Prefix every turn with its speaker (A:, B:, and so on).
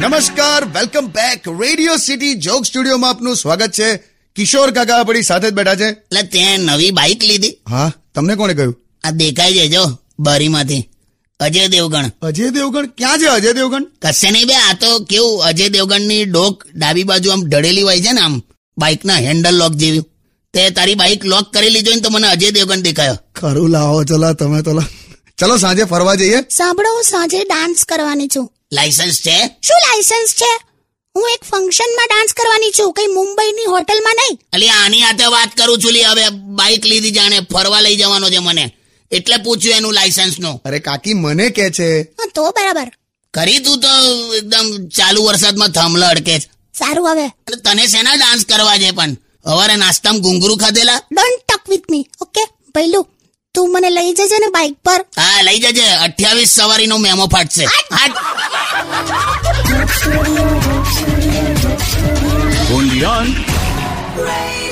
A: નમસ્કાર welcome back radio city joke સ્ટુડિયોમાં આપનું સ્વાગત છે કિશોર કાકા આપણી સાથે જ બેઠા છે
B: એટલે તે નવી બાઇક લીધી
A: હા તમને કોણે કહ્યું
B: આ દેખાય છે જો બારીમાંથી અજય દેવગણ
A: અજય દેવગણ ક્યાં છે અજય દેવગણ
B: કશે નહીં બે આ તો કેવું અજય દેવગણની ડોક ડાબી બાજુ આમ ઢળેલી હોય છે ને આમ બાઇકના હેન્ડલ લોક જેવી તે તારી બાઇક લોક કરેલી જોઈને તો મને અજય દેવગણ દેખાયો
A: ખરું લાવો ચલા તમે તો લા- ચલો સાંજે ફરવા જઈએ
C: સાંભળો હું સાંજે ડાન્સ કરવાની છું
B: લાયસન્સ છે
C: શું લાયસન્સ છે હું એક ફંક્શનમાં ડાન્સ કરવાની છું કઈ મુંબઈની હોટલમાં નહીં
B: અલી આની હાથે વાત કરું છું લી હવે બાઇક લીધી જાણે ફરવા લઈ જવાનો છે મને એટલે પૂછ્યું એનું લાયસન્સનું
A: અરે કાકી મને કે છે
C: હા, તો બરાબર
B: કરી તું તો એકદમ ચાલુ વરસાદમાં થાંભલો અડકે છે
C: સારું હવે
B: અને તને શેના ડાન્સ કરવા છે પણ સવારે નાસ્તામાં ઘુંઘરું ખાધેલા
C: don't tuck with me okay પહેલું તું મને લઈ જજે ને બાઇક પર
B: હા લઈ જજે અઠ્યાવીસ સવારીનો મેમો ફાટશે હાટ.
D: Undian.
C: Radio